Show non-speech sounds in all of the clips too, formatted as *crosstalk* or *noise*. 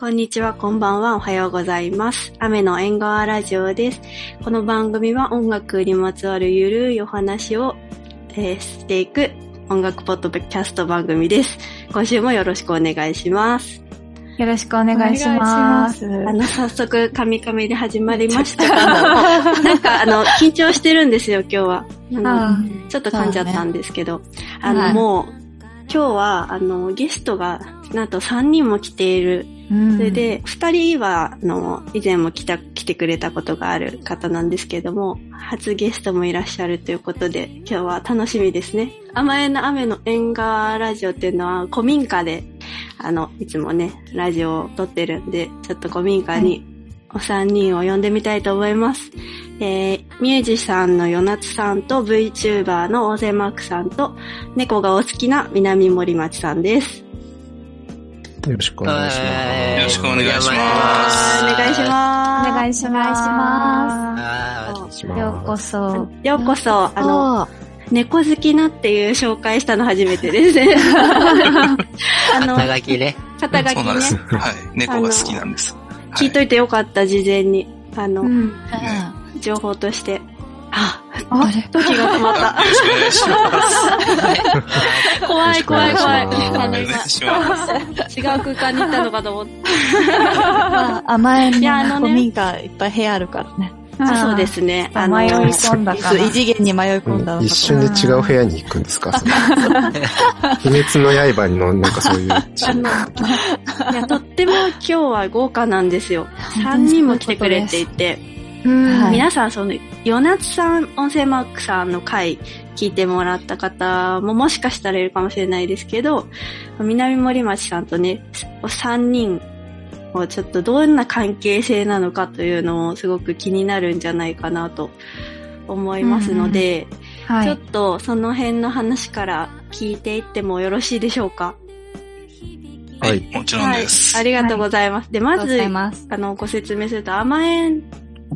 こんにちは、こんばんは、おはようございます。雨の縁側ラジオです。この番組は音楽にまつわるゆるいお話を、えーしていく音楽ポッドキャスト番組です。今週もよろしくお願いします。よろしくお願いします。おあ願いしの、ま早速、カミカミで始まりま *laughs* したが、もうなんか、あの、緊張してるんですよ、今日は。あのあちょっと噛んじゃったんですけど、あの、はいもう、今日は、あの、ゲストが、なんと3人も来ているうんそれ、で、二人は、あの、以前も来た、来てくれたことがある方なんですけれども、初ゲストもいらっしゃるということで、今日は楽しみですね。甘えの雨の縁側ラジオっていうのは、古民家で、あの、いつもね、ラジオを撮ってるんで、ちょっと古民家にお三人を呼んでみたいと思います。えー、ミュージシャンの与夏さんと VTuber の大勢マークさんと、猫がお好きな南森町さんです。よろしくお願いします。よろしくお願いしますお願いしおます。願いしまあそうしす。ようこそ。ようこそ、あの、の、猫好きなっていう紹介したの初めてです。 *laughs* あの、肩書きね。肩ー書そきうなんです。ね、はい。猫が好きなんです。聞いといてよかった、事前に。あの、うん。情報として。あ、あれ時が止まっはた。いよろしくお願いします。 *laughs* 怖い怖い怖い。よろしくおあの、願い今、違しますう空間に行ったのかと思って。まあ、甘えいやあののね古民家いっぱい部屋あるからね。あそうで。すね。あの、迷い込んだかそうら。異次元に迷い込んだの一瞬で違う部屋に行くんで *laughs* すかその鬼滅の刃のなんかそういうチあ *laughs* ーム。の、いや、とっても今日は豪華なんですよ。3人も来てくれていて。うんはい皆さん、その、ヨナツさん、音声マークさんの回聞いてもらった方ももしかしたらいるかもしれないですけど、南森町さんとね、お三人をちょっとどんな関係性なのかというのをすごく気になるんじゃないかなと思いますので、はちょいっ。とその辺の話から聞いていってもよろしいでしょうか。ははいい。もちろんです。ありがとうございます。で、まありがとうごずざい、ます。あの、ご説明すると、甘えんっ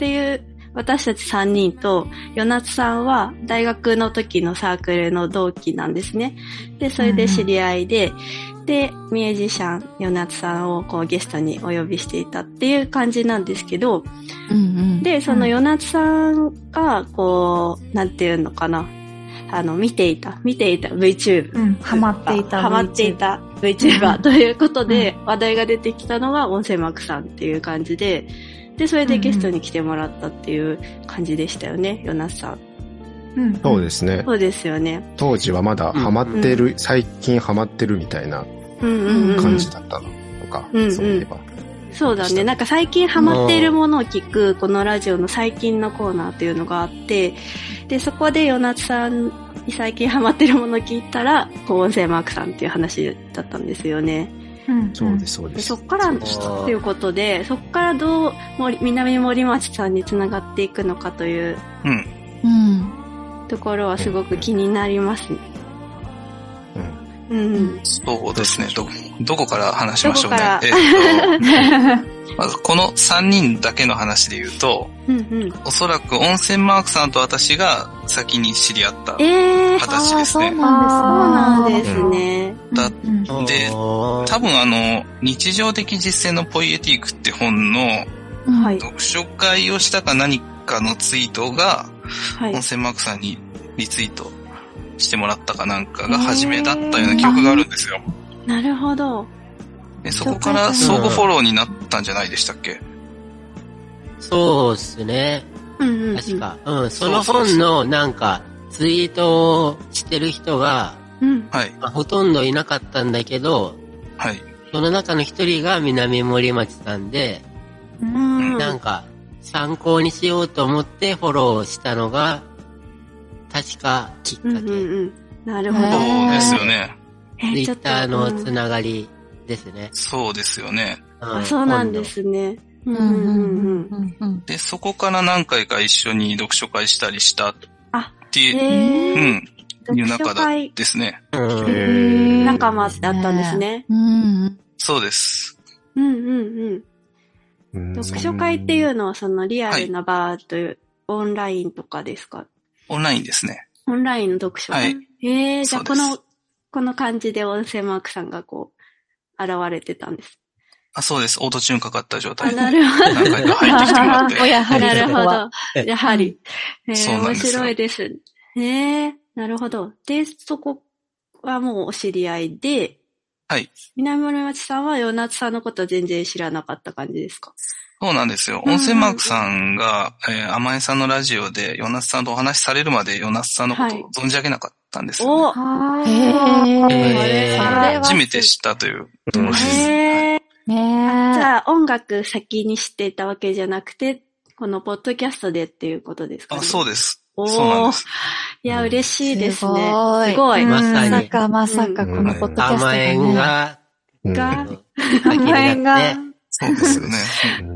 ていう私たち3人と、与夏さんは大学の時のサークルの同期なんですね。で、それで知り合いで、で、ミュージシャン、与夏さんをこうゲストにお呼びしていたっていう感じなんですけど、うんで、そうのん与夏さんが、こう、なんていうのかな、あの、見ていた、見ていた VTube うん。ハマっていた。ハマってい。た VTuber *laughs* ということで、話題が出てきたのが音声マークさんっていう感じで、で、それでゲストに来てもらったっていう感じでしたよね、ヨナスさん。うん。そうですねそ。うですよね。当時はまだハマってる、最近ハマってるみたいなうんうんうん。感じだったのか、うんうんそういえば。そうだね。なんか最近ハマっているものを聞く、このラジオの最近のコーナーというのがあって、で、そこでヨナツさんに最近ハマっているものを聞いたら、こう音声マークさんっていう話だったんですよね。うん。。そうですす、そうで。ですそっからということで、そっからどう森南森町さんにつながっていくのかといううん。うん。ところはすごく気になりますね。うんうん。そうですね。ど、どこから話しましょうどこかねら。え *laughs* っと、まずこの3人だけの話で言うと、うんうん。おそらく温泉マークさんと私が先に知り合った。えー、そう形ですねあーなあんーですね。だうんうで多分あの、日常的実践のポイエティークって本のそうなんはでい。読書会をしたか何かのツイートが、はい温。泉マークさんにリツイートしてもらったかなんかが初めだったような記憶があるんですよ。なるほど。でそこから相互フォローになったんじゃないでしたっけ、そうですね。うんうんうん。確。か。うん。その本のなんか、ツイートをしてる人が、うん。はい。まあほとんどいなかったんだけど、はい。その中の一人が南森町さんで、うん。なんか、参考にしようと思ってフォローしたのが、確かきっかうんうけ。んツうん。なるほへど。そうーですよね。えイちょッっとターのうんつながりですね。そうですよね。うあそうなんで。すね。うんすね。うんうん。うん。で、そこから何回か一緒に読書会したりしたっあていう、えうー、ん、い読う書中だ会ですね。今度うん。ー仲間だったんですね。うん。そうです。うんうんうん。うん読書会っていうのはそのリアルな場という、オンラインとかですかオンラインですね。オンラインの読書は会。いえー、じゃあこそうですの、この感じで音声マークさんがこう、現れてたんです。あ、そうです。オートチューンかかった状あ、態でなる *laughs* ほど。何回か入ってきてもらっおて。やはなりそるこほは。ど。やはり。えそうー、なん面ですよ白いです。ねえ、なるほど。で、そこはもうお知り合いで、はい。南森町さんは与那津さんのこと全然知らなかった感じですかそうなんですよ。うん温泉マークさんが、えー、甘えさんのラジオで、ヨナスさんとお話しされるまで、ヨナスさんのことはいを存じ上げなかったんですよね、おはへーえあれは初めて知ったというところです。へえ。じねゃあ音楽先に知っていたわけじゃなくて、このポッドキャストでっていうことですかあ、ね。そううです。おーそうなんです。いや、嬉しいですね。ごいすごいうんまさにまさかまさかこのポッドキャスト甘えんが、うんが甘えんが先にそう *laughs* ですよね。うん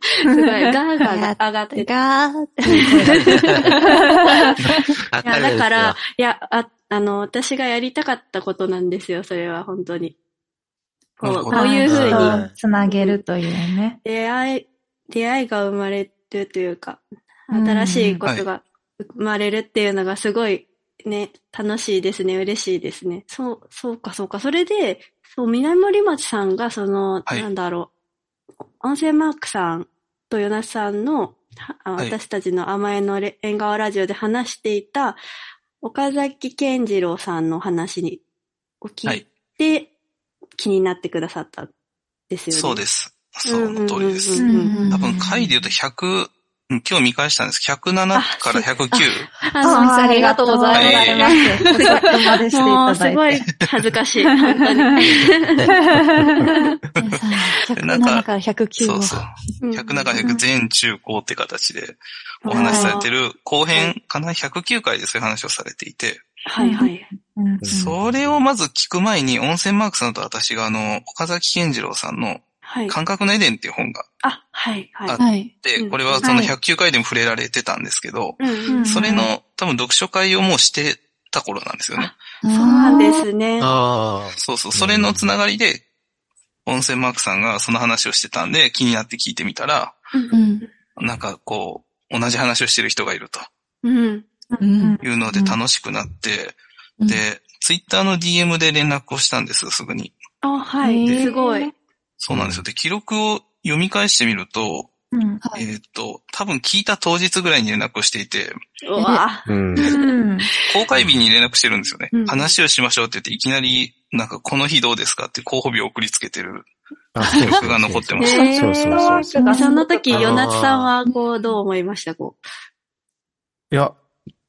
すごい。ガーガーが上がってた。がーって。なっていや、だから、、いや、あ、あの、私がやりたかったことなんですよ、それは、本当に。こなるう、ほこどういうふうなるほどに、につなげるというね。出会い、出会いが生まれるというか、うん新しいことが生まれるっていうのがすごいね、楽しいですね、嬉しいですね。そう、そうか、そうか。それで、そう、南森町さんが、その、はいなんだろう、音声マークさんとヨナスさんの、はあはい私たちの甘えのれ縁側ラジオで話していた、岡崎健次郎さんの話に、を聞いて、気になってくださったんですよね。そうです。その通りでうんすうん。多分、回で言うと100、うん今日見返したんですけど。107から109。あのありがとうございます。お疲れ様でしていもうたすごだいい恥ずかしい。本当に。て。なんか107から109そうは。そう。うん107から100、全中高って形でお話しされてる後編かな ?109 回でそういう話をされていて、はいはい。うんそれをまず聞く前に、温泉マークさんと私があの、岡崎健次郎さんのはい。感覚のエデンっていう本がああ、はいはあい。はい。って、うんこれはそのはい109回でも触れられてたんですけど、うんうんそれの多分読書会をもうしてた頃なんですよね。そうそうなんで。すね。あそうそう、それのつながりで、温泉マークさんがその話をしてたんで気になって聞いてみたら、うん。なんかこう、同じ話をしてる人がいるとうん。うん。いうので楽しくなって、で、ツイッターの DM で連絡をしたんです、すぐに。あ、はい。へーすごい。そうなんですよ。で、記録を読み返してみると、うんはいえーっと、多分聞いた当日ぐらいに連絡をしていて、うわうん。うん公開日に連絡してるんですよね。うん話をしましょうって言って、いきなり、なんかこの日どうですかって候補日を送りつけてる。あ、そう記憶が残ってました *laughs* そうそうそうそう。ぁ。その時、あのー与那津さんは、こう、どう思いましたこいや、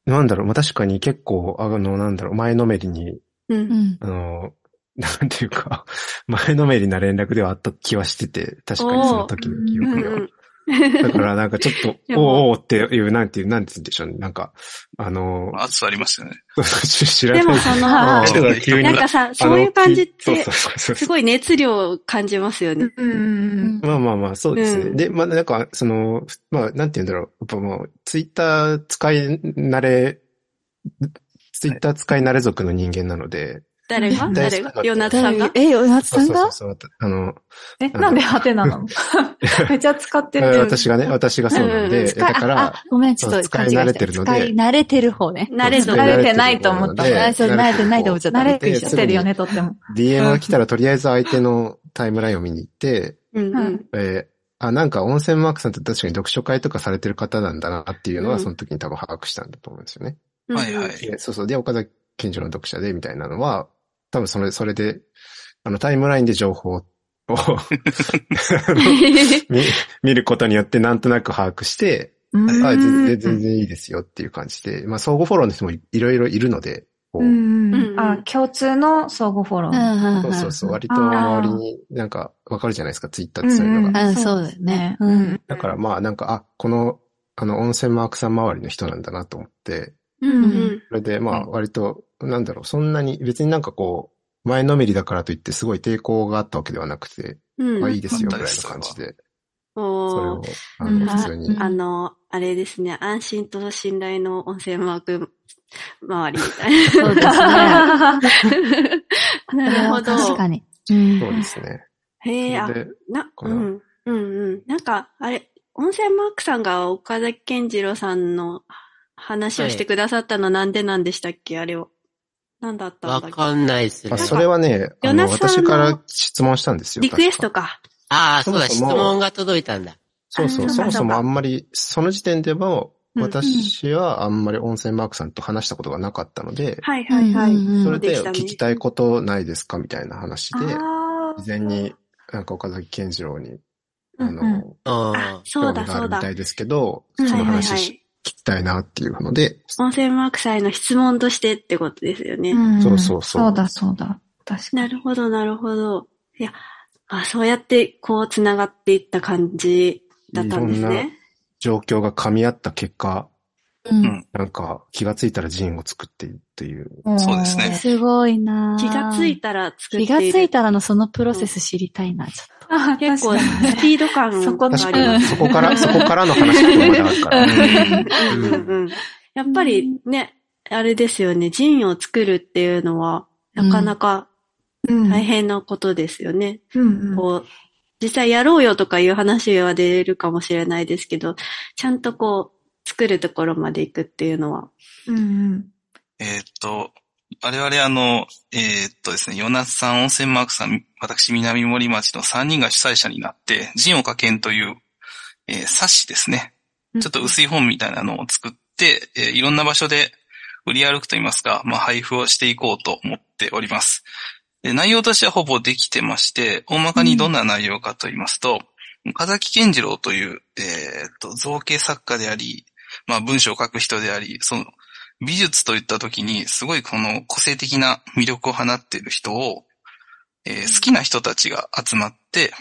なんだろう、まあ、確かに結構、あの、なんだろう、前のめりに、う。う。うんん。あの、なんていうか、 *laughs* 前のめりな連絡ではあった気はしてて、確かにその時の記う憶んでうはん。*laughs* だからなんかちょっ *laughs*、とやばおうおうっていう、なんていう、なんて言うんでしょうね。なんか、あの、熱さありましたよね。知らでもない。その、あな人が急にんかさ、そういう感じっあのきてそう、そうそすうそうごい熱量を感じますよね。うんまあまあまあ、そうですね。うんで、まあなんか、その、まあなんて言うんだろう。やっぱもう、ツイッター使い慣れ、ツイッター使い慣れ族の人間なので。誰がうん誰が大好きだった与那津さんが誰え、おやつそさうんそうそがうそう。あの、え、なんでハテナなのめっちゃ使ってえーる。私がね、私がそうなんうんうんで、使いだからあ、、ごめん、ちょっと使勘い違いした慣れてるので使い慣れてる方ね。慣れそうぞ使慣いれるてないと思ったのであそう慣れてないと思っちゃった慣れてできてるよね、とっても。 DM が来たらとりあえず相手のタイムラインを見に行って、うんうん。えーあ、なんか温泉マークさんって確かに読書会とかされてる方なんだなっていうのうはんその時に多分把握したんだと思うんですよね。うんはいはい。でそうそう。で、岡崎健次郎の読者でみたいなのは、多分それ、それで、あのタイムラインで情報を見見ることによってなんとなく把握して、あ全然全然いいですよっていう感じで、まあ相互フォローの人もいいろいろいるので、こううん。あ、共通の相互フォロうんー。うんんそうそうそう、割とあー周りになんかわかるじゃないですか、ツイッターってそういうのが。うんそうだよねうん。だからまあなんか、あ、この、あの、温泉マークさん周りの人なんだなと思って、うんうん。それでまあうん割と、なんだろう、そんなに、別になんかこう、前のめりだからといってすごい抵抗があったわけではなくて、うん。まあいいですよぐらいの感じで、おーそれを、あうんの、普通に。あの、あれですね、安心と信頼の音声マーク周りみたそうですね。い *laughs* な。なるほ確どか。に。うんそうですね。へえ、あそ、れでな、かう、なんうん、うん。なんか、あれ、音声マークさんが岡崎健次郎さんの話をしてくださったのなんでなんでしたっけあれを。なんだっあ、たんわだっかんないっすねあ。それはね、あヨナの、さんの私から質問したんですけよ。リクエスト確かか。ああ、そうだ、そ質もそも問が届いたんだ。そうそあそうう、そかもそそうもかあんまり、その時点でも、うん私はあんまり温泉マークさんと話したことがなかったので、はいはいはい。うんうんうんそれできた聞ねきたいことないですかみたいな話で、あー事前に、なんか岡崎健次郎に、あうんうの、あ、あーそう興味だがあそるうみだ。たはいですけど、いそはのい話はし聞い。きたいなっていうので、温泉マーク祭の質問としてってことですよね。んそうそうそうそうだそうだ。確かなに。るほど、なるほど。いや、まあ、そうやって、こう、繋がっていった感じだったんですいろんね。状況が噛み合った結果、うんなんか気がついたらジンを作っているという。そうですねすごいなぁ気がついたら作って気いる。がついたらのそのプロセス知りたいな、ちょっあ結構、確かにスピード感がありそこのま確すかうんに、そこから、そこからの話とかまだあるから。 *laughs* *laughs* うんうんうんやっぱりね、あれですよね、ジンを作るっていうのは、なかなかうん大変なことですよね。うんうんこう、実際やろうよとかいう話は出るかもしれないですけど、ちゃんとこう、作るところまで行くっていうのは。うんえーっと、我々あの、えーっとですね、ヨナスさん、温泉マークさん、私、南森町の3人が主催者になって、ジンをかけんという、えー冊子ですね。うんちょっと薄い本みたいなのを作って、えーいろんな場所で売り歩くといいますか、まあ、配布をしていこうと思っております。で内容としてはほぼできてまして、大まかにどんな内容かと言いますと、岡崎健次郎という、えーっと、造形作家であり、まあ、文章を書く人であり、その、美術といった時に、すごいこの個性的な魅力を放っている人を、えー好きな人たちが集まって、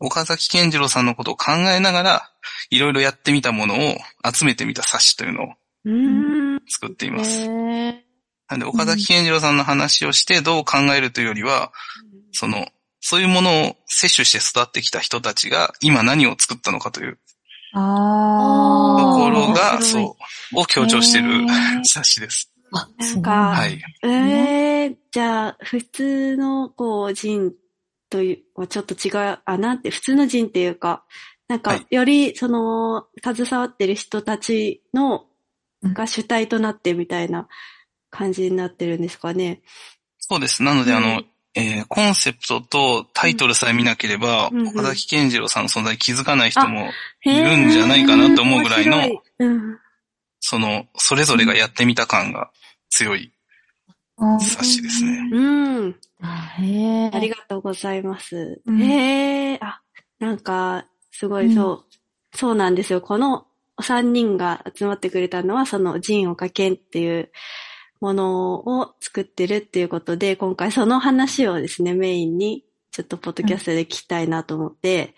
岡崎健次郎さんのことを考えながら、いろいろやってみたものを集めてみた冊子というのをうーん。作っていと。ます。へなんで、岡崎健次郎さんの話をしてどう考えるというよりは、その、そういうものを摂取して育ってきた人たちが今何を作ったのかというとあーころ面白が、いそう、を強調しているへー冊子です。あ、なんかは。はいええじゃあ、普通の、こう、人という、はちょっと違う、あ、なんて、普通の人っていうか、なんはかい、より、その、携わってる人たちの、うんが主体となってみたいな感じになってるんですかね。そうです。なので、うんあの、えーコンセプトとタイトルさえ見なければ、うんうん岡崎健次郎さんの存在に気づかない人も、へーいるんじゃないかなと思うぐらいの面白うん。その、それぞれがやってみた感が強いあ。冊子ですね。うん。あへありがととうございます。うんへえ、あ、なんか、すごい、うんそう、そうなんですよ。この3人が集まってくれたのは、その、ジンをかけんっていうものを作ってるっていうことで、今回その話をですね、メインに、ちょっとポッドキャストで聞きたいなと思って、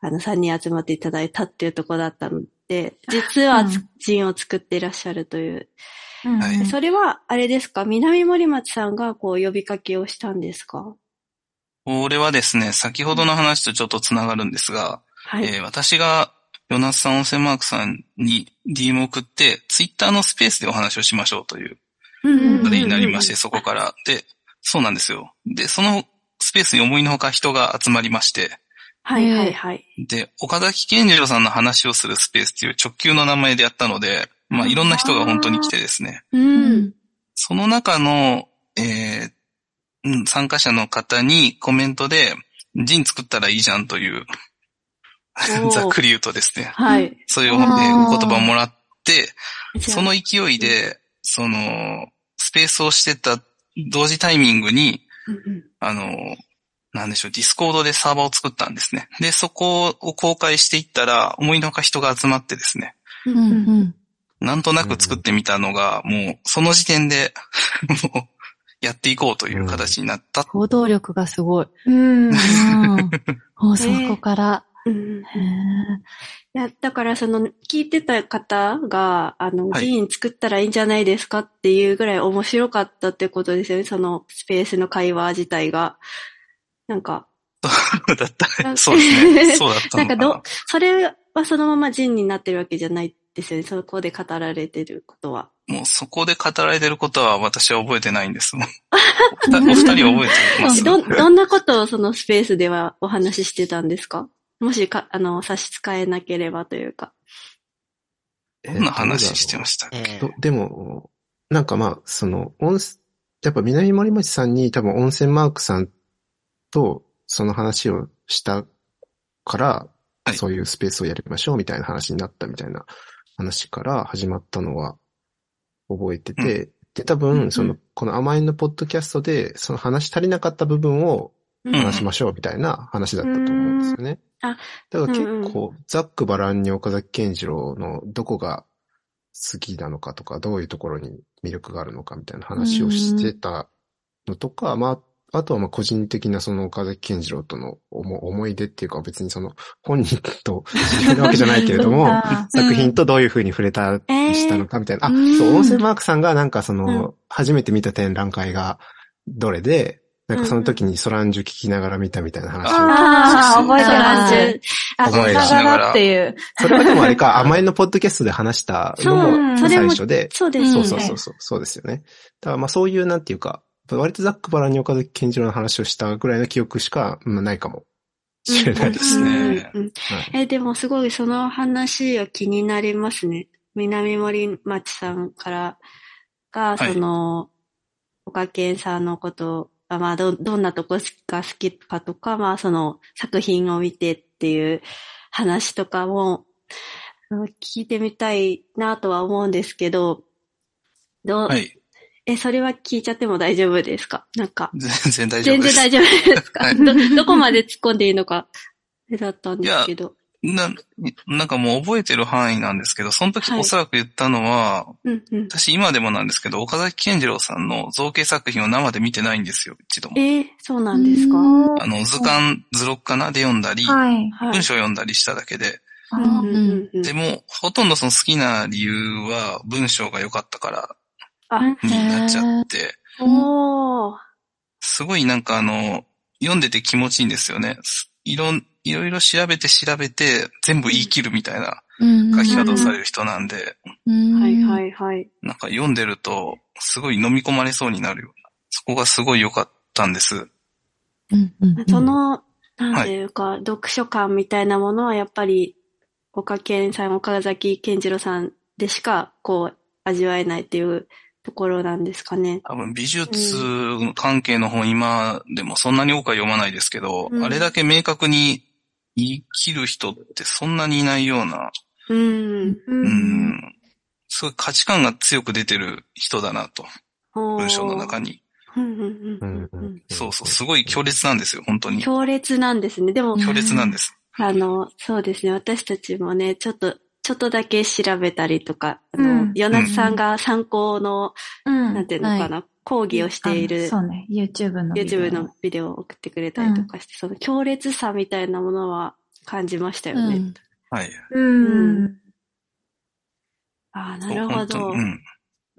あの、3人集まっていただいたっていうところだったので、実はうんジンを作っていらっしゃるという。うんはいそれは、あれですか、南森町さんがこう、呼びかけをしたんですかこれはですね、先ほどの話とちょっとつながるんですが、はい。えー私が、ヨナスさん、温泉マークさんに DM を送って、ツイッターのスペースでお話をしましょうといううんことになりまして、そこから。で、そうなんですよ。で、そのスペースに思いのほか人が集まりまして、はいはいはい。で、岡崎健次郎さんの話をするスペースっていう直球の名前でやったので、まあいろんな人が本当に来てですね、う。。うんその中の、えーうん参加者の方にコメントで、ジン作ったらいいじゃんというお、ー *laughs* ざっくり言うとですね、はい。そういう、えーあー言葉をもらって、じゃあその勢いで、その、スペースをしてた同時タイミングに、うんうんあの、なんでしょう、ディスコードでサーバーを作ったんですね。で、そこを公開していったら、思いのほか人が集まってですね、うんうん。なんとなく作ってみたのが、もう、その時点で、 *laughs* もう、やっていこうという形になった。行動力がす *laughs* ごい。うん。うん。もうそねこから。うんへーいや、だからその、聞いてた方が、あの、はい寺院作ったらいいんじゃないですかっていうぐらい面白かったってことですよね。そのスペースの会話自体が。なんか、だったね。そうです *laughs* ね。そうだったなのんかかな。ど、それはそのまま寺院になってるわけじゃないですよね。そこで語られてることは。もうそこで語られてることは私は覚えてない *laughs* んですもん。お二お二人は覚えてますど、どんなことをそのスペースではお話ししてたんですかもしか、あの、差し支えなければというか。どんな話してましたえーどでも、なんかまあ、その、温泉、やっぱ南森町さんに多分温泉マークさんとその話をしたからは、いそういうスペースをやりましょうみたいな話になったみたいな話から始まったのは覚えてて、で、多分、その、この甘えんのポッドキャストで、その話し足りなかった部分をうん話しましょうみたいな話だったと思うんですよね。うんあだから結構、ざっくばらんに岡崎健次郎のどこが好きなのかとか、どういうところに魅力があるのかみたいな話をしてたのとか、まあ、あとはまあ個人的なその岡崎健次郎との思思い出っていうか別にその本人と知り合いなわけじゃないけれども、あ作品とどういうふうに触れたりしたのかみたいな。えーあ、そうう、ん音声マークさんがなんかそうの、初めて見た展覧会がどれで、なんかその時にソランジュ聞きながら見たみたいな話を。あー、覚えてソランまジす。ュ。あ、覚えてまなすがらっていう。それはでもあれか、 *laughs* 甘えのポッドキャストで話したのもそうそれ最も初で、そうでんすそね。うそうそうそう、そうですよね。だからまあそういうなんていうか、割とざっくばらんに岡崎健次郎の話をしたぐらいの記憶しか、うんないかもしれないですね。ねうんうんうんはいえ、でもすごいその話は気になりますね。南森町さんからが、はいその、岡健さんのことが、まあど、どんなとこが好きかとか、まあ、その作品を見てっていう話とかも、あの聞いてみたいなとは思うんですけど、どう、はい。え、それは聞いちゃっても大丈夫ですかなんか。全然大丈夫全で然す。大丈夫ですか、はいど、どこまで突っ込んでいいのか、あれだったんですけど。な、なんかもう覚えてる範囲なんですけど、その時はいおそらく言ったのは、うんうん。私今でもなんですけど、岡崎健次郎さんの造形作品を生で見てないんですよ、一度も。えー、そうなんですか、あの、図鑑、図録かなで読んだり、はい。はい文。章を読んだりしただけで、うんうんうんうんでも、ほとんどその好きな理由は文章が良かったからあ、になっちゃって、おー。すごいなんかあの、読んでて気持ちいいんですよね。すいろん、いろいろ調べて調べて、全部言い切るみたいな書き方をされる人なんで、はいは。はいいはい。なんか読んでると、すごい飲み込まれそうになるような。そこがすごい良かったんです。うんうんうんその、なんていうか、読書感みたいなものはやっぱり、岡健さん、岡崎健次郎さんでしか、こう、味わえないっていうところなんですかね。多分美術関係の本今でもそんなに多くは読まないですけど、うんあれだけ明確に言い切る人ってそんなにいないような、うん。う。うんん、すごい価値観が強く出てる人だなと、文文章の中。に。うんうんうんうんうん。そうそう、すごい強烈なんですよ、本当に。強烈なんですね。でも、強烈なんです。あの、そうですね。私たちもね、ちょっと、ちょっとだけ調べたりとか、あうのん、ヨナツさんが参考の、うんなんていうのかな、講義をしているあそうね、YouTube のビデオ。 YouTube のビデオを送ってくれたりとかして、その強烈さみたいなものは感じましたよね。うんはい。うん。ああ、なそうるほ本当ど。にうん。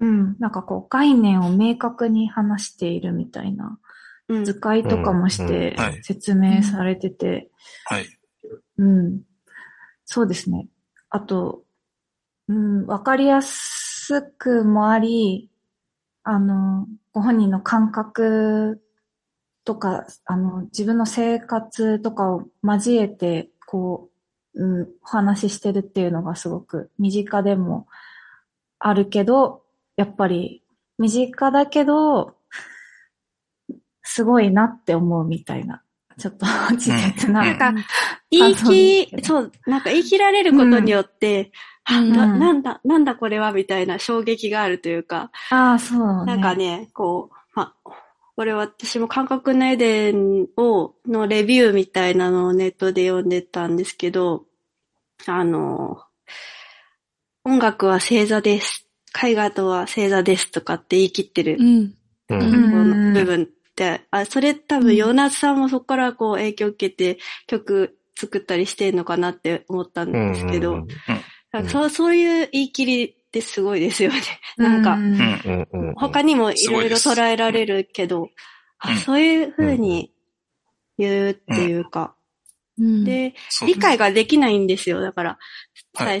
うん。なんかこう、概念を明確に話しているみたいな。うん図解とかもしうてんはい説明されてて。はい。うん。そうですね。あと、うん、わかりやすくもあり、あの、ご本人の感覚とか、あの、自分の生活とかを交えて、こう、うん、お話ししてるっていうのがすごく身近でもあるけど、やっぱり身近だけど、すごいなって思うみたいな、ちょっと自決な、うんなうんんか、言い感想です切け、どそう、なんか言い切られることによって、あうんなうんなんだ、なんだこれはみたいな衝撃があるというか、ああ、そうね。なんかね、こう、まあ、これ私も感覚のエデンを、のレビューみたいなのをネットで読んでたんですけど、あの、音楽は星座です。絵画とは星座ですとかって言い切ってる、うこん。うん。うんの部分って、あ、それ多う分んヨナスさんもそこからこう影響を受けて曲作ったりしてんのかなって思ったんですけど、なんかそうそういう言い切りってすごいですよね。なんか、うん。うんうんうん他にもいろいろすごいです捉えられるけど、うあんそういうふうに言うっていうか、うん、で、そう理解ができないんですよ、だから、はい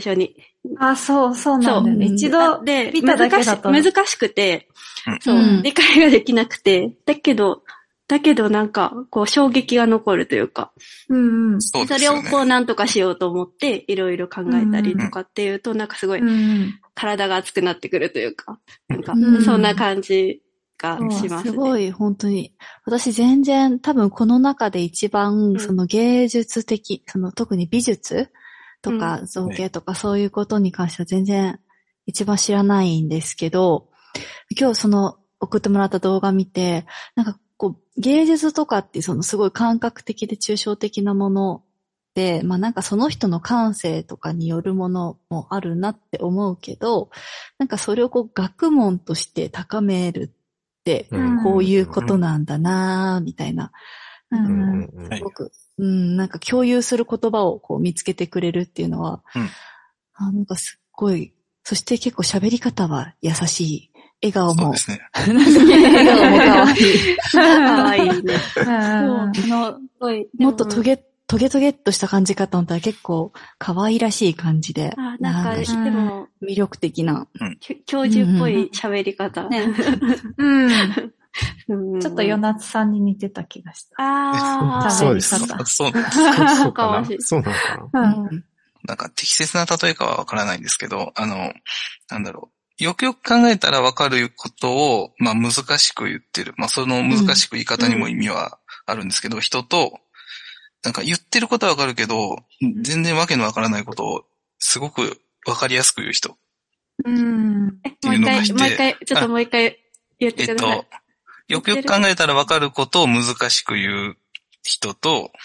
最初に。あ、そう、そうなんだよね。そう一あ度、で、見ただけだと難し難しくて、うんそう、うん理解ができなくて、だけど、だけどなんか、こう、衝撃が残るというか、うんうん。そうそですれをよね。こう、なんとかしようと思って、いろいろ考えたりとかっていうと、なんかすごいうん体が熱くなってくるというか、なんかう、んそんな感じがします、ね。すごい、本当に。私全然、多分この中で一番、んその芸術的、その特に美術とか造形とかそういうことに関しては全然一番知らないんですけど、今日その送ってもらった動画見て、なんかこう、芸術とかってそのすごい感覚的で抽象的なもので、まあなんかその人の感性とかによるものもあるなって思うけど、なんかそれをこう学問として高めるって、うんこういうことなんだなぁみたいな。うんうんうんうんうんはいすごく、うん、なんか共有する言葉をこう見つけてくれるっていうのは、うんあなんかすっごい、そして結構喋り方は優しい。笑顔そうもで、すね。笑顔も可愛い。かわいいね。うんそうあのすごい。でもっとトゲ、トゲトゲっとした感じかと思ったら結構可愛らしい感じで、あ、なんか、なんかでも、魅力的な。きょ教授っぽい喋り方。ねううんんちょっと与那津さんに似てた気がした。ああ、そうです喋り方そう、そかうかわないい。そうなのかなうんなんか適切な例えかはわからないんですけど、あの、なんだろう。よくよく考えたらわかることを、まあ難しく言ってる。まあその難しく言い方にも意味はあるんですけど、人と、なんか言ってることはわかるけど、全然わけのわからないことをすごくわかりやすく言う人。うん。えもう一回、もう一回、ちょっともう一回言ってえっくださいと。、よくよく考えたらわかることを難しく言う人と、うん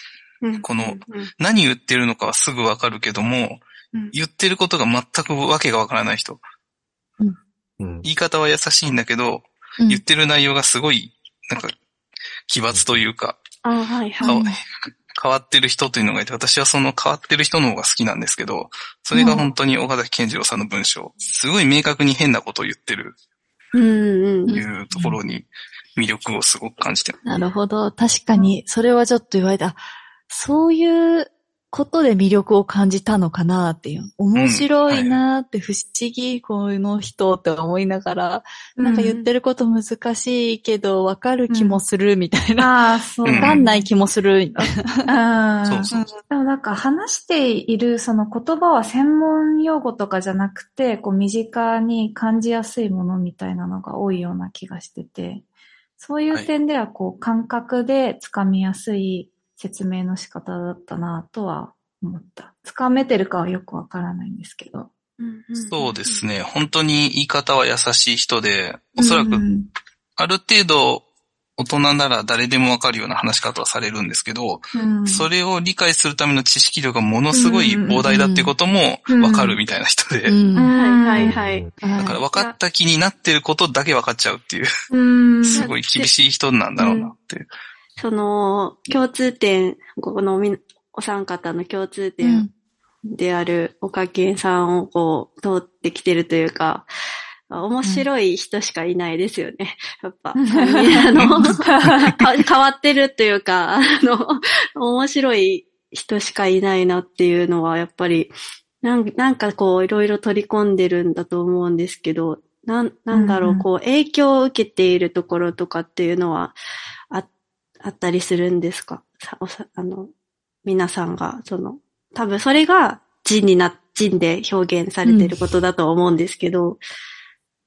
この、うん何言ってるのかはすぐわかるけども、うん言ってることが全くわけがわからない人。うん言い方は優しいんだけど、うん言ってる内容がすごい、なんか、奇抜というか、あーはいは変わい。変わってる人というのがいて、私はその変わってる人の方が好きなんですけど、それが本当に岡崎健次郎さんの文章。すごい明確に変なことを言ってる、うんうん。いうところに魅力をすごく感じてる。なるほど。確かに、それはちょっと言われた。あそういうことで魅力を感じたのかなっていう。面白いなって、不思議、この人って思いながら、なんか言ってること難しいけど、わかる気もするみたいる。な。ああ、そう。うんわかんない気もする。うんそうそうそでもなんか話しているその言葉は専門用語とかじゃなくて、こう身近に感じやすいものみたいなのが多いような気がしてて、そういう点ではこう感覚でつかみやすい説明の仕方だったなとは思った。つかめてるかはよくわからないんですけど。うそうですね。本当に言い方は優しい人で、おそらうくんある程度大人なら誰でもわかるような話し方はされるんですけど、うんそれを理解するための知識量がものすごい膨大だっていうこともわかるみたいな人で、うんうんはいはいはうい。だから分かった気になってることだけ分かっちゃうっていう、うんすごい厳しい人なんだろうなっていう。その、共通点、ここのみんお三方の共通う点んであるおかけんさんをこう、通ってきてるというか、あ面白い人しかいないですよね。やっぱ、うんあ *laughs* の、か変わってるというか、あの、面白い人しかいないなっていうのは、やっぱり、なんなんかこう、いろいろ取り込んでるんだと思うんですけど、なん、なんだろうう、んうんこう、影響を受けているところとかっていうのは、あ、あったりするんですかさ、おさ、あの、皆さんが、その、多分それが人にな、人で表現されてることだと思うんですけど、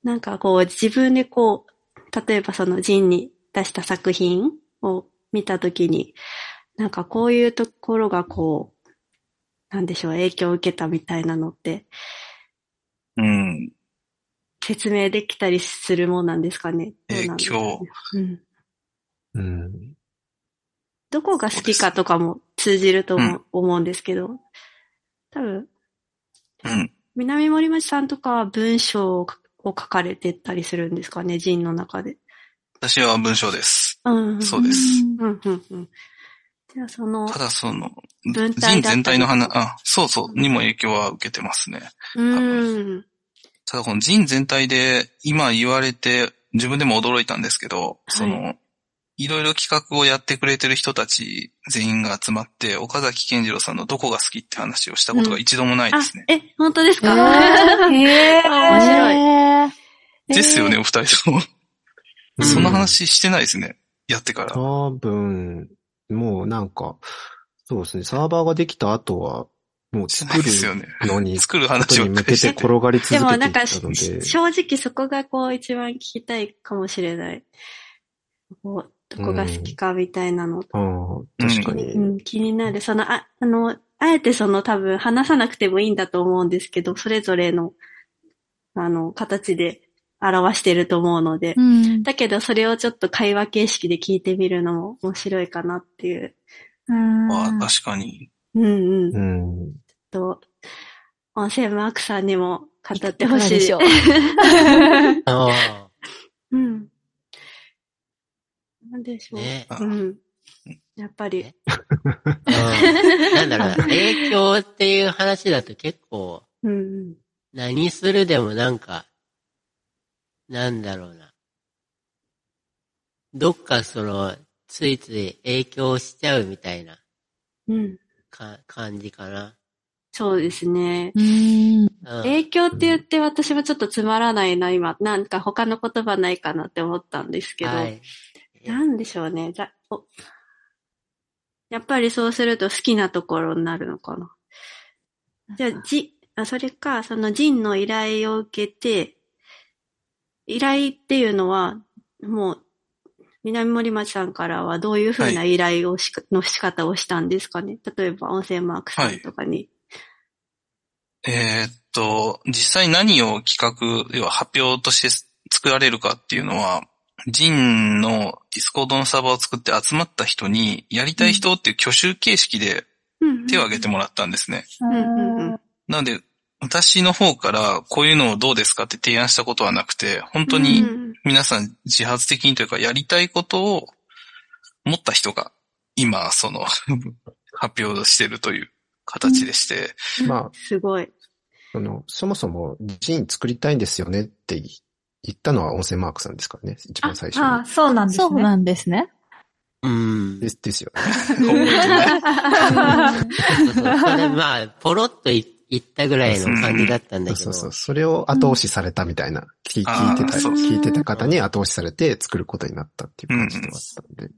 なんかこう自分でこう、例えばその人に出した作品を見たときに、なんかこういうところがこう、なんでしょう、影響を受けたみたいなのってうん。説明できたりするもんなんですかね。どうなんですかね影響うん。うんどこが好きかとかも通じると思う思うんですけど、多分、うん。南森町さんとかは文章を書かれてたりするんですかね、人の中で。私は文章です。うん。そうです。うんうんうん。じゃあその、ただその、文体だったり人全体の話、あ、そうそう、にも影響は受けてますね。うん。ただこの人全体で今言われて自分でも驚いたんですけど、その、いろいろ企画をやってくれてる人たち全員が集まって、岡崎健次郎さんのどこが好きって話をしたことが一度もないであすね。、え、本当ですか、へー面白い。えーですよね、お二人とも。うんその話してないですね、やってから。多分、もうなんか、そうですね、サーバーができた後は、もうして作ないですよるね。のに、 *laughs* 作ること話に向ばっかりけしててて。転がり *laughs* で続もけてないんったかので、正直そこがこう一番聞きたいかもしれない。こうどこが好きかみたいなのああ、確かに。うん、気になる。その、あ、あの、あえてその多分話さなくてもいいんだと思うんですけど、それぞれの、あの、形で表してると思うので。うん。だけど、それをちょっと会話形式で聞いてみるのも面白いかなっていう。うん。ああ、確かに。うんうん。うん。と、音声マークさんにも語っていかほがしい。でしょうああ、うん。なんでしょう。ね。あうん。やっぱりね。うんなんだろうな、影響っていう話だと結構、うんうん。何するでもなんか、なんだろうな。どっかその、ついつい影響しちゃうみたいなうん。か感じかな。そうですね。うん。うん影響って言って私もちょっとつまらないな、今。なんか他の言葉ないかなって思ったんですけど。はい。なんでしょうね。ざおやっぱりそうすると好きなところになるのかな。じゃあ、じ、あそれか、そのジンの依頼を受けて、依頼っていうのは、もう、南森町さんからはどういうふうな依頼をしか、の仕方をしたんですかね例えば、音声マークさんとかに。えーっと、実際何を企画、要は発表として作られるかっていうのは、ジンのディスコードのサーバーを作って集まった人に、やりたい人っていう挙手形式で手を挙げてもらったんですね。うんうんうんなので、私の方からこういうのをどうですかって提案したことはなくて、本当うにん皆さん自発的にというかやりたいことを持った人が今、その *laughs* 発表してるという形でして、 *laughs* まあ、すごい。あの、そもそもジン作りたいんですよねって言ったのは音声マークさんですからね、一番最初に。ああ、そうなんですね。そうなんですね。うんで。ですよね。 *laughs* そうそうそれまあ、ポロっとい言ったぐらいの感じだったんだけそど。うそうそう。それを後押しされたみたいな、聞聞いてた、あーそう聞いてた方に後押しされて作ることになったっていう感じではあったんで。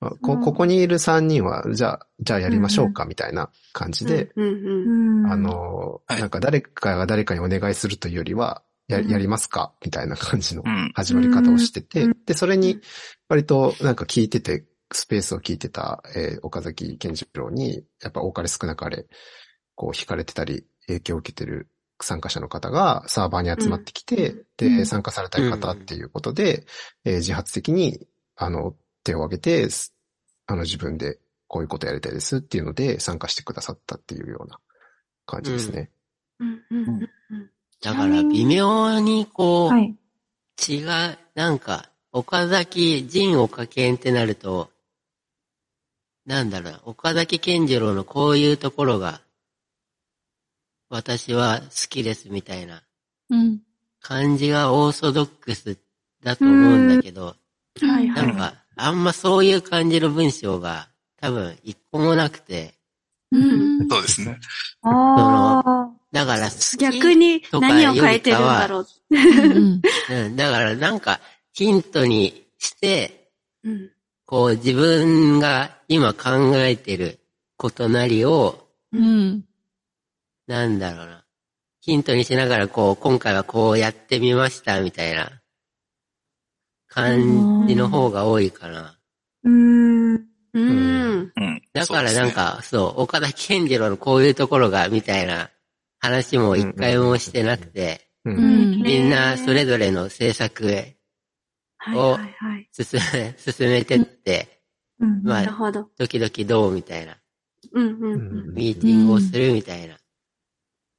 まあこうんここにいる3人は、じゃあ、じゃあやりましょうかみたいな感じで、うんうん *laughs* うんあ、のー、はいなんか誰かが誰かにお願いするというよりは、やうんやりますかみたいな感じのうん。始まり方をしててうん、で、それに、割となんか聞いてて、スペースを聞いてた、えー岡崎健次郎に、やっぱ多かれ少なかれ、こう惹かれてたり、影響を受けてる参加者の方がサーバーに集まってきて、うんうで、ん参加されたい方っていうことで、えー自発的に、あの、手を挙げて、すあの、自分でこういうことやりたいですっていうので参加してくださったっていうような感じですね。うんうんうんうんだから、微妙にこう、はい。違う、なんか、岡崎、仁岡健ってなると、なんだろうな、岡崎健次郎のこういうところが、私は好きですみたいなうん。感じがオーソドックスだと思うんだけど、はいは。ないんか、あんまそういう感じの文章が多分一個もなくて、うん。そうですね。ああ。だから好き、逆に何を変えてるんだろう。うんうん、だからなんかヒントにして、 *laughs* うんこう自分が今考えてることなりを、うん。なんだろうな。ヒントにしながらこう、今回はこうやってみましたみたいな感じの方が多いかな。ううん。ん。うん。だからなんか、そう,、岡田健次郎のこういうところがみたいな話も一回もしてなくて、う。うんん。ねみんなそれぞれの制作へはいはいはい。進め、進めてって、うんまなあるほど。時々どうみたいな、うんうんううん。んミーティングをするみたいな。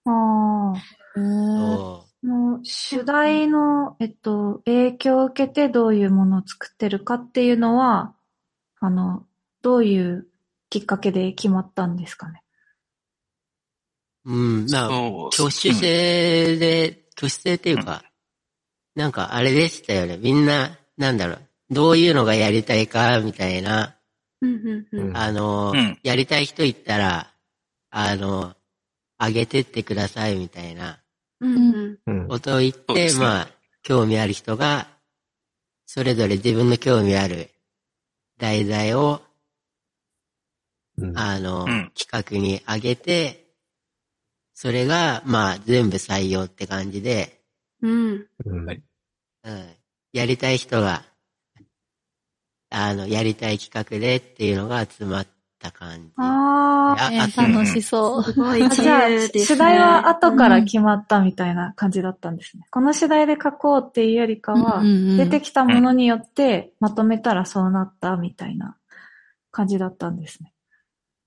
ああ。うんそうもう、主題の、えっと、影響を受けてどういうものを作ってるかっていうのは、あの、どういうきっかけで決まったんですかね。うん、まあ、そう挙手制で、挙手制っていうか、なんかあれでしたよね。みんな、なんだろう、どういうのがやりたいか、みたいな、うんうんうん。あの、うんやりたい人いったら、あの、あげてってください、みたいなうんうん。うんことを言っそうでて、すねまあ、興味ある人が、それぞれ自分の興味ある題材を、うんあの、うん企画にあげて、それが、まあ、全部採用って感じで、うん。うんはいうん。やりたい人が、あの、やりたい企画でっていうのが集まった感じ。ああ。あえー楽しそう。すごい自じゃあ、由です、ね。主題は後から決まったみたいな感じだったんですね。この主題で書こうっていうよりかは、出てききたものによってまとめたらそうなったみたいな感じだったんですね。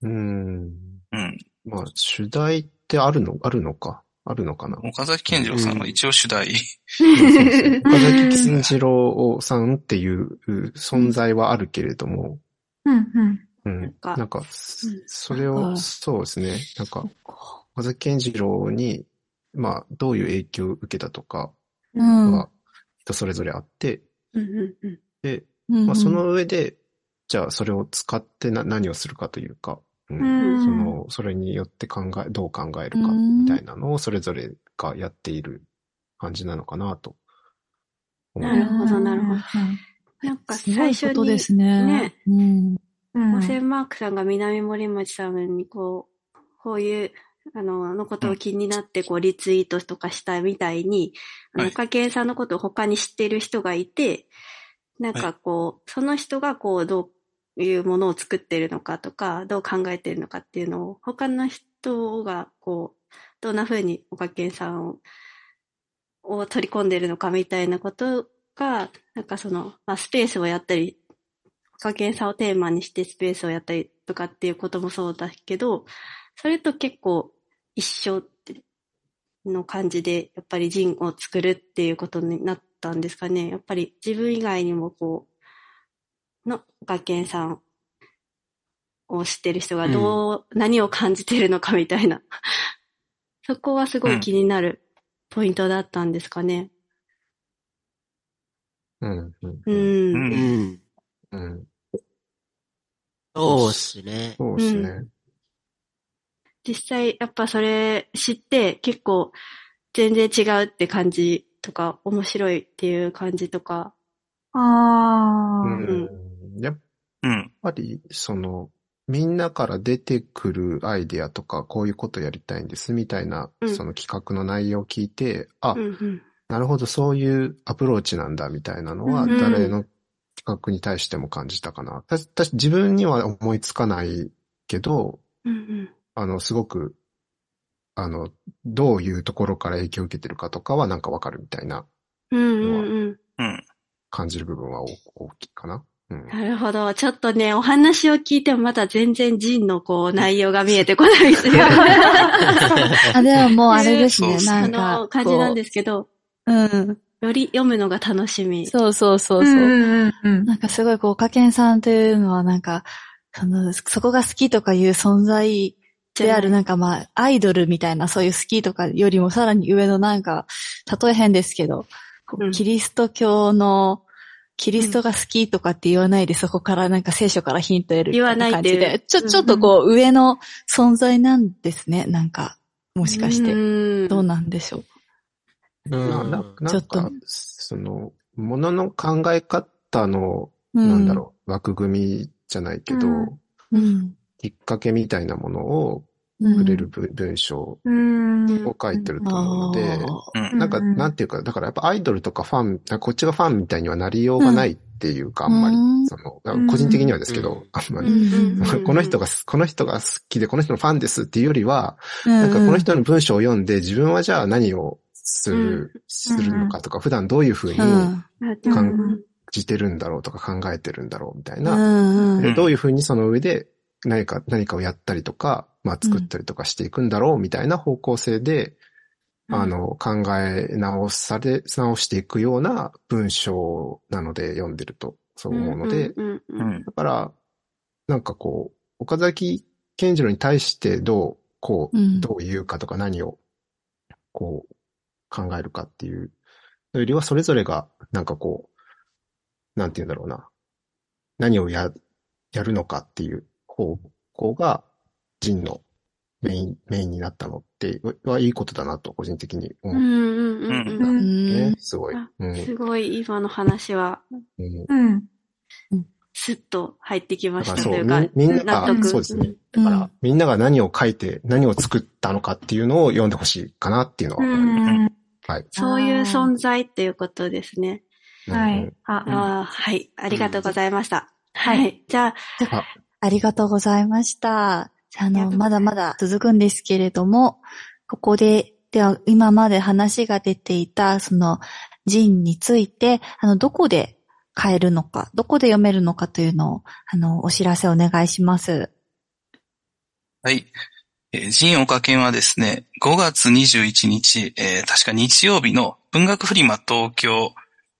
うん。うん。まあ、主題ってあるの、あるのか。あるのかな。岡崎健次郎さんは一応主題。そうそうそう岡崎健次郎さんっていう存在はあるけれども、うんうん。うん。なんかなんか、そそれなんを、かそうですね。なんか、岡崎健次郎に、まあ、どういう影響を受けたとかうん。が人それぞれあって、 *laughs* うんうんうん。で、うんまあ、その上で、じゃあそれを使ってな何をするかというか、うんうんその、それによって考え、どう考えるかみたいなのをそれぞれがやっている感じなのかなと思なるう。ほどなるほどど。なんかすご最い初ことでに、すね。ねうん。うん。五千マークさんが南森町さんにこう、こういう、あの、あのことを気になって、こう、リツイートとかしたみたいに、あの、はい岡健さんのことを他に知ってる人がいて、なんかこう、その人がこう、どういうものを作ってるのかとか、どう考えてるのかっていうのを、他の人がこう、どんな風に岡健さんを、を取り込んでるのかみたいなことが、なんかその、まあ、スペースをやったり、加減さをテーマにしてスペースをやったりとかっていうこともそうだけど、それと結構一緒っての感じで、やっぱり人を作るっていうことになったんですかね。やっぱり自分以外にもこう、の学研さんを知ってる人がどう、何を感じてるのかみたいな。 *laughs* そこはすごい気になるポイントだったんですかね。うん。うんう。うんうんん。うん。うん。そうっすね。そうですね。実際やっぱそれ知って結構全然違うって感じとか面白いっていう感じとか。ああ。うんやっうん。ぱり、その、みんなから出てくるアイデアとか、こういうことやりたいんですみたいな、うんその企画の内容を聞いて、あう、んうん。なるほど、そういうアプローチなんだみたいなのうは、ん誰の企画に対しても感じたかな。たた自分には思いつかないけど、うんあの、すごく、あの、どういうところから影響を受けてるかとかはなんかわかるみたいなうん。うんうんうん。うん。感じる部分は大大きいかな。うん。なるほど。ちょっとね、お話を聞いてもまだ全然人のこう内容が見えてこない *laughs* というあ、でももうあれですそうね。そうなあんか。。の感じなんですすけど、うん。より読むのが楽しみ。そうそうそううそんうう。んうん。なんかすごい、こう、岡健さんというのはなんか、その、そこが好きとかいう存在じでゃあある、なんかまあ、アイドルみたいな、そういう好きとかよりもさらに上のなんか、例え変ですけど、こううんキリスト教の、キリストが好きとかって言わないで、そこからなんか聖書からヒント得るみたいな感じ言わないで、ちょ、うんちょっとこう、上の存在なんですね、なんか、もしかして。うん。どうなんでしょう。まあ、ななちょんっとか、その、ものの考え方の、うんなんだろう、枠組みじゃないけど、うんうん。きっかけみたいなものをうんくれる文,、文章をうん。書いてると思うのあで、ーうん。なんか、うんうんなんていうか、だからやっぱアイドルとかファン、なんかこっちがファンみたいにはなりようがないっていうか、うんあんまりうん、その、なんか個人的にはですけど、うんあんまうり。んうんうんこの人が、この人が好きで、この人のファンですっていうよりは、うんなんかこの人の文章を読んで、自分はじゃあ何をする、するのかとか、普段どういうふうにうん感うんしてるんだろうとか考えてるんだろうみたいな、うんうんでどういうふうにその上で何か、何かをやったりとか、まあ作ったりとかしていくんだろうみたいな方向性で、うんあの、考え直され、直していくような文章なので読んでると、そう思うので、うんうんううんん。だから、なんかこう、岡崎健次郎に対してどう、こう、うんどう言うかとか何を、こう、考えるかっていうのよりは、それぞれが、なんかこう、なんて言うんだろうな。何をや、やるのかっていう方向が、人のメイン、メインになったのって、はいいことだなと、個人的にう思っんうんうんううんんてね、うすごい。あうん。すごい今の話はうんうん。スッと入ってきまだしからたそ、といううか、みみんな納が、得。そうですね。うだからん、みんなが何を書いて、何を作ったのかっていうのを読んでほしいかなっていうのはう思います。ん。はい。そういう存在っていうことですね。はいうんうんあ、うんあーはい。ありがとうございました。んはい。じゃあ、ありがとうございました。じゃあ、あありがとの、うござまいだままだ続くんですけれども、ここで、では、今まで話が出ていた、その、ジンについて、あの、どこで買えるのか、どこで読めるのかというのを、あの、お知らせお願いします。はい。えー、ジンオカケンはですね、5月21日、えー確か日曜日の文学フリマ東京、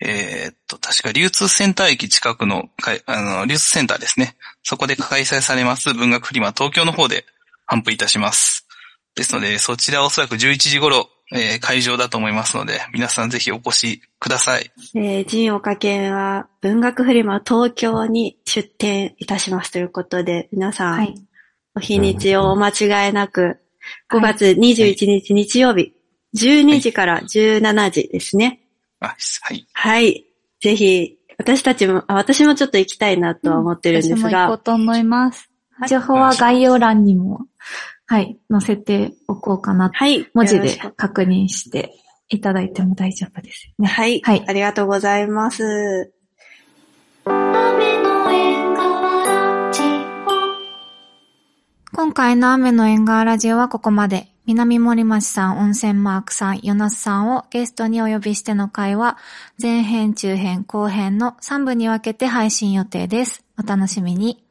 えーっと、確か流通センター駅近くのかい、あの、流通センターですね。そこで開催されます文学フリマ東京の方で販布いたします。ですので、そちらはおそらく11時頃、えー会場だと思いますので、皆さんぜひお越しください。えー、ジンオカケンは文学フリマ東京に出展いたしますということで、皆さん、はい。お日にちをお間違いなく、は5い月21日日曜日、12時から17時ですね。あ、はい。はい。ぜひ、私たちも、あ私もちょっと行きたいなとは思ってるんです私も行こうが、と思います。情報は概要欄にも、はい、載せておこうかな。はい。文字よろでしく確認していただいても大丈夫ですね。はい。はいありがとうございます。今回の雨の縁側ラジオはここまで。南森町さん、温泉マークさん、ヨナスさんをゲストにお呼びしての会は、前編、中編、後編の3部に分けて配信予定です。お楽しみに。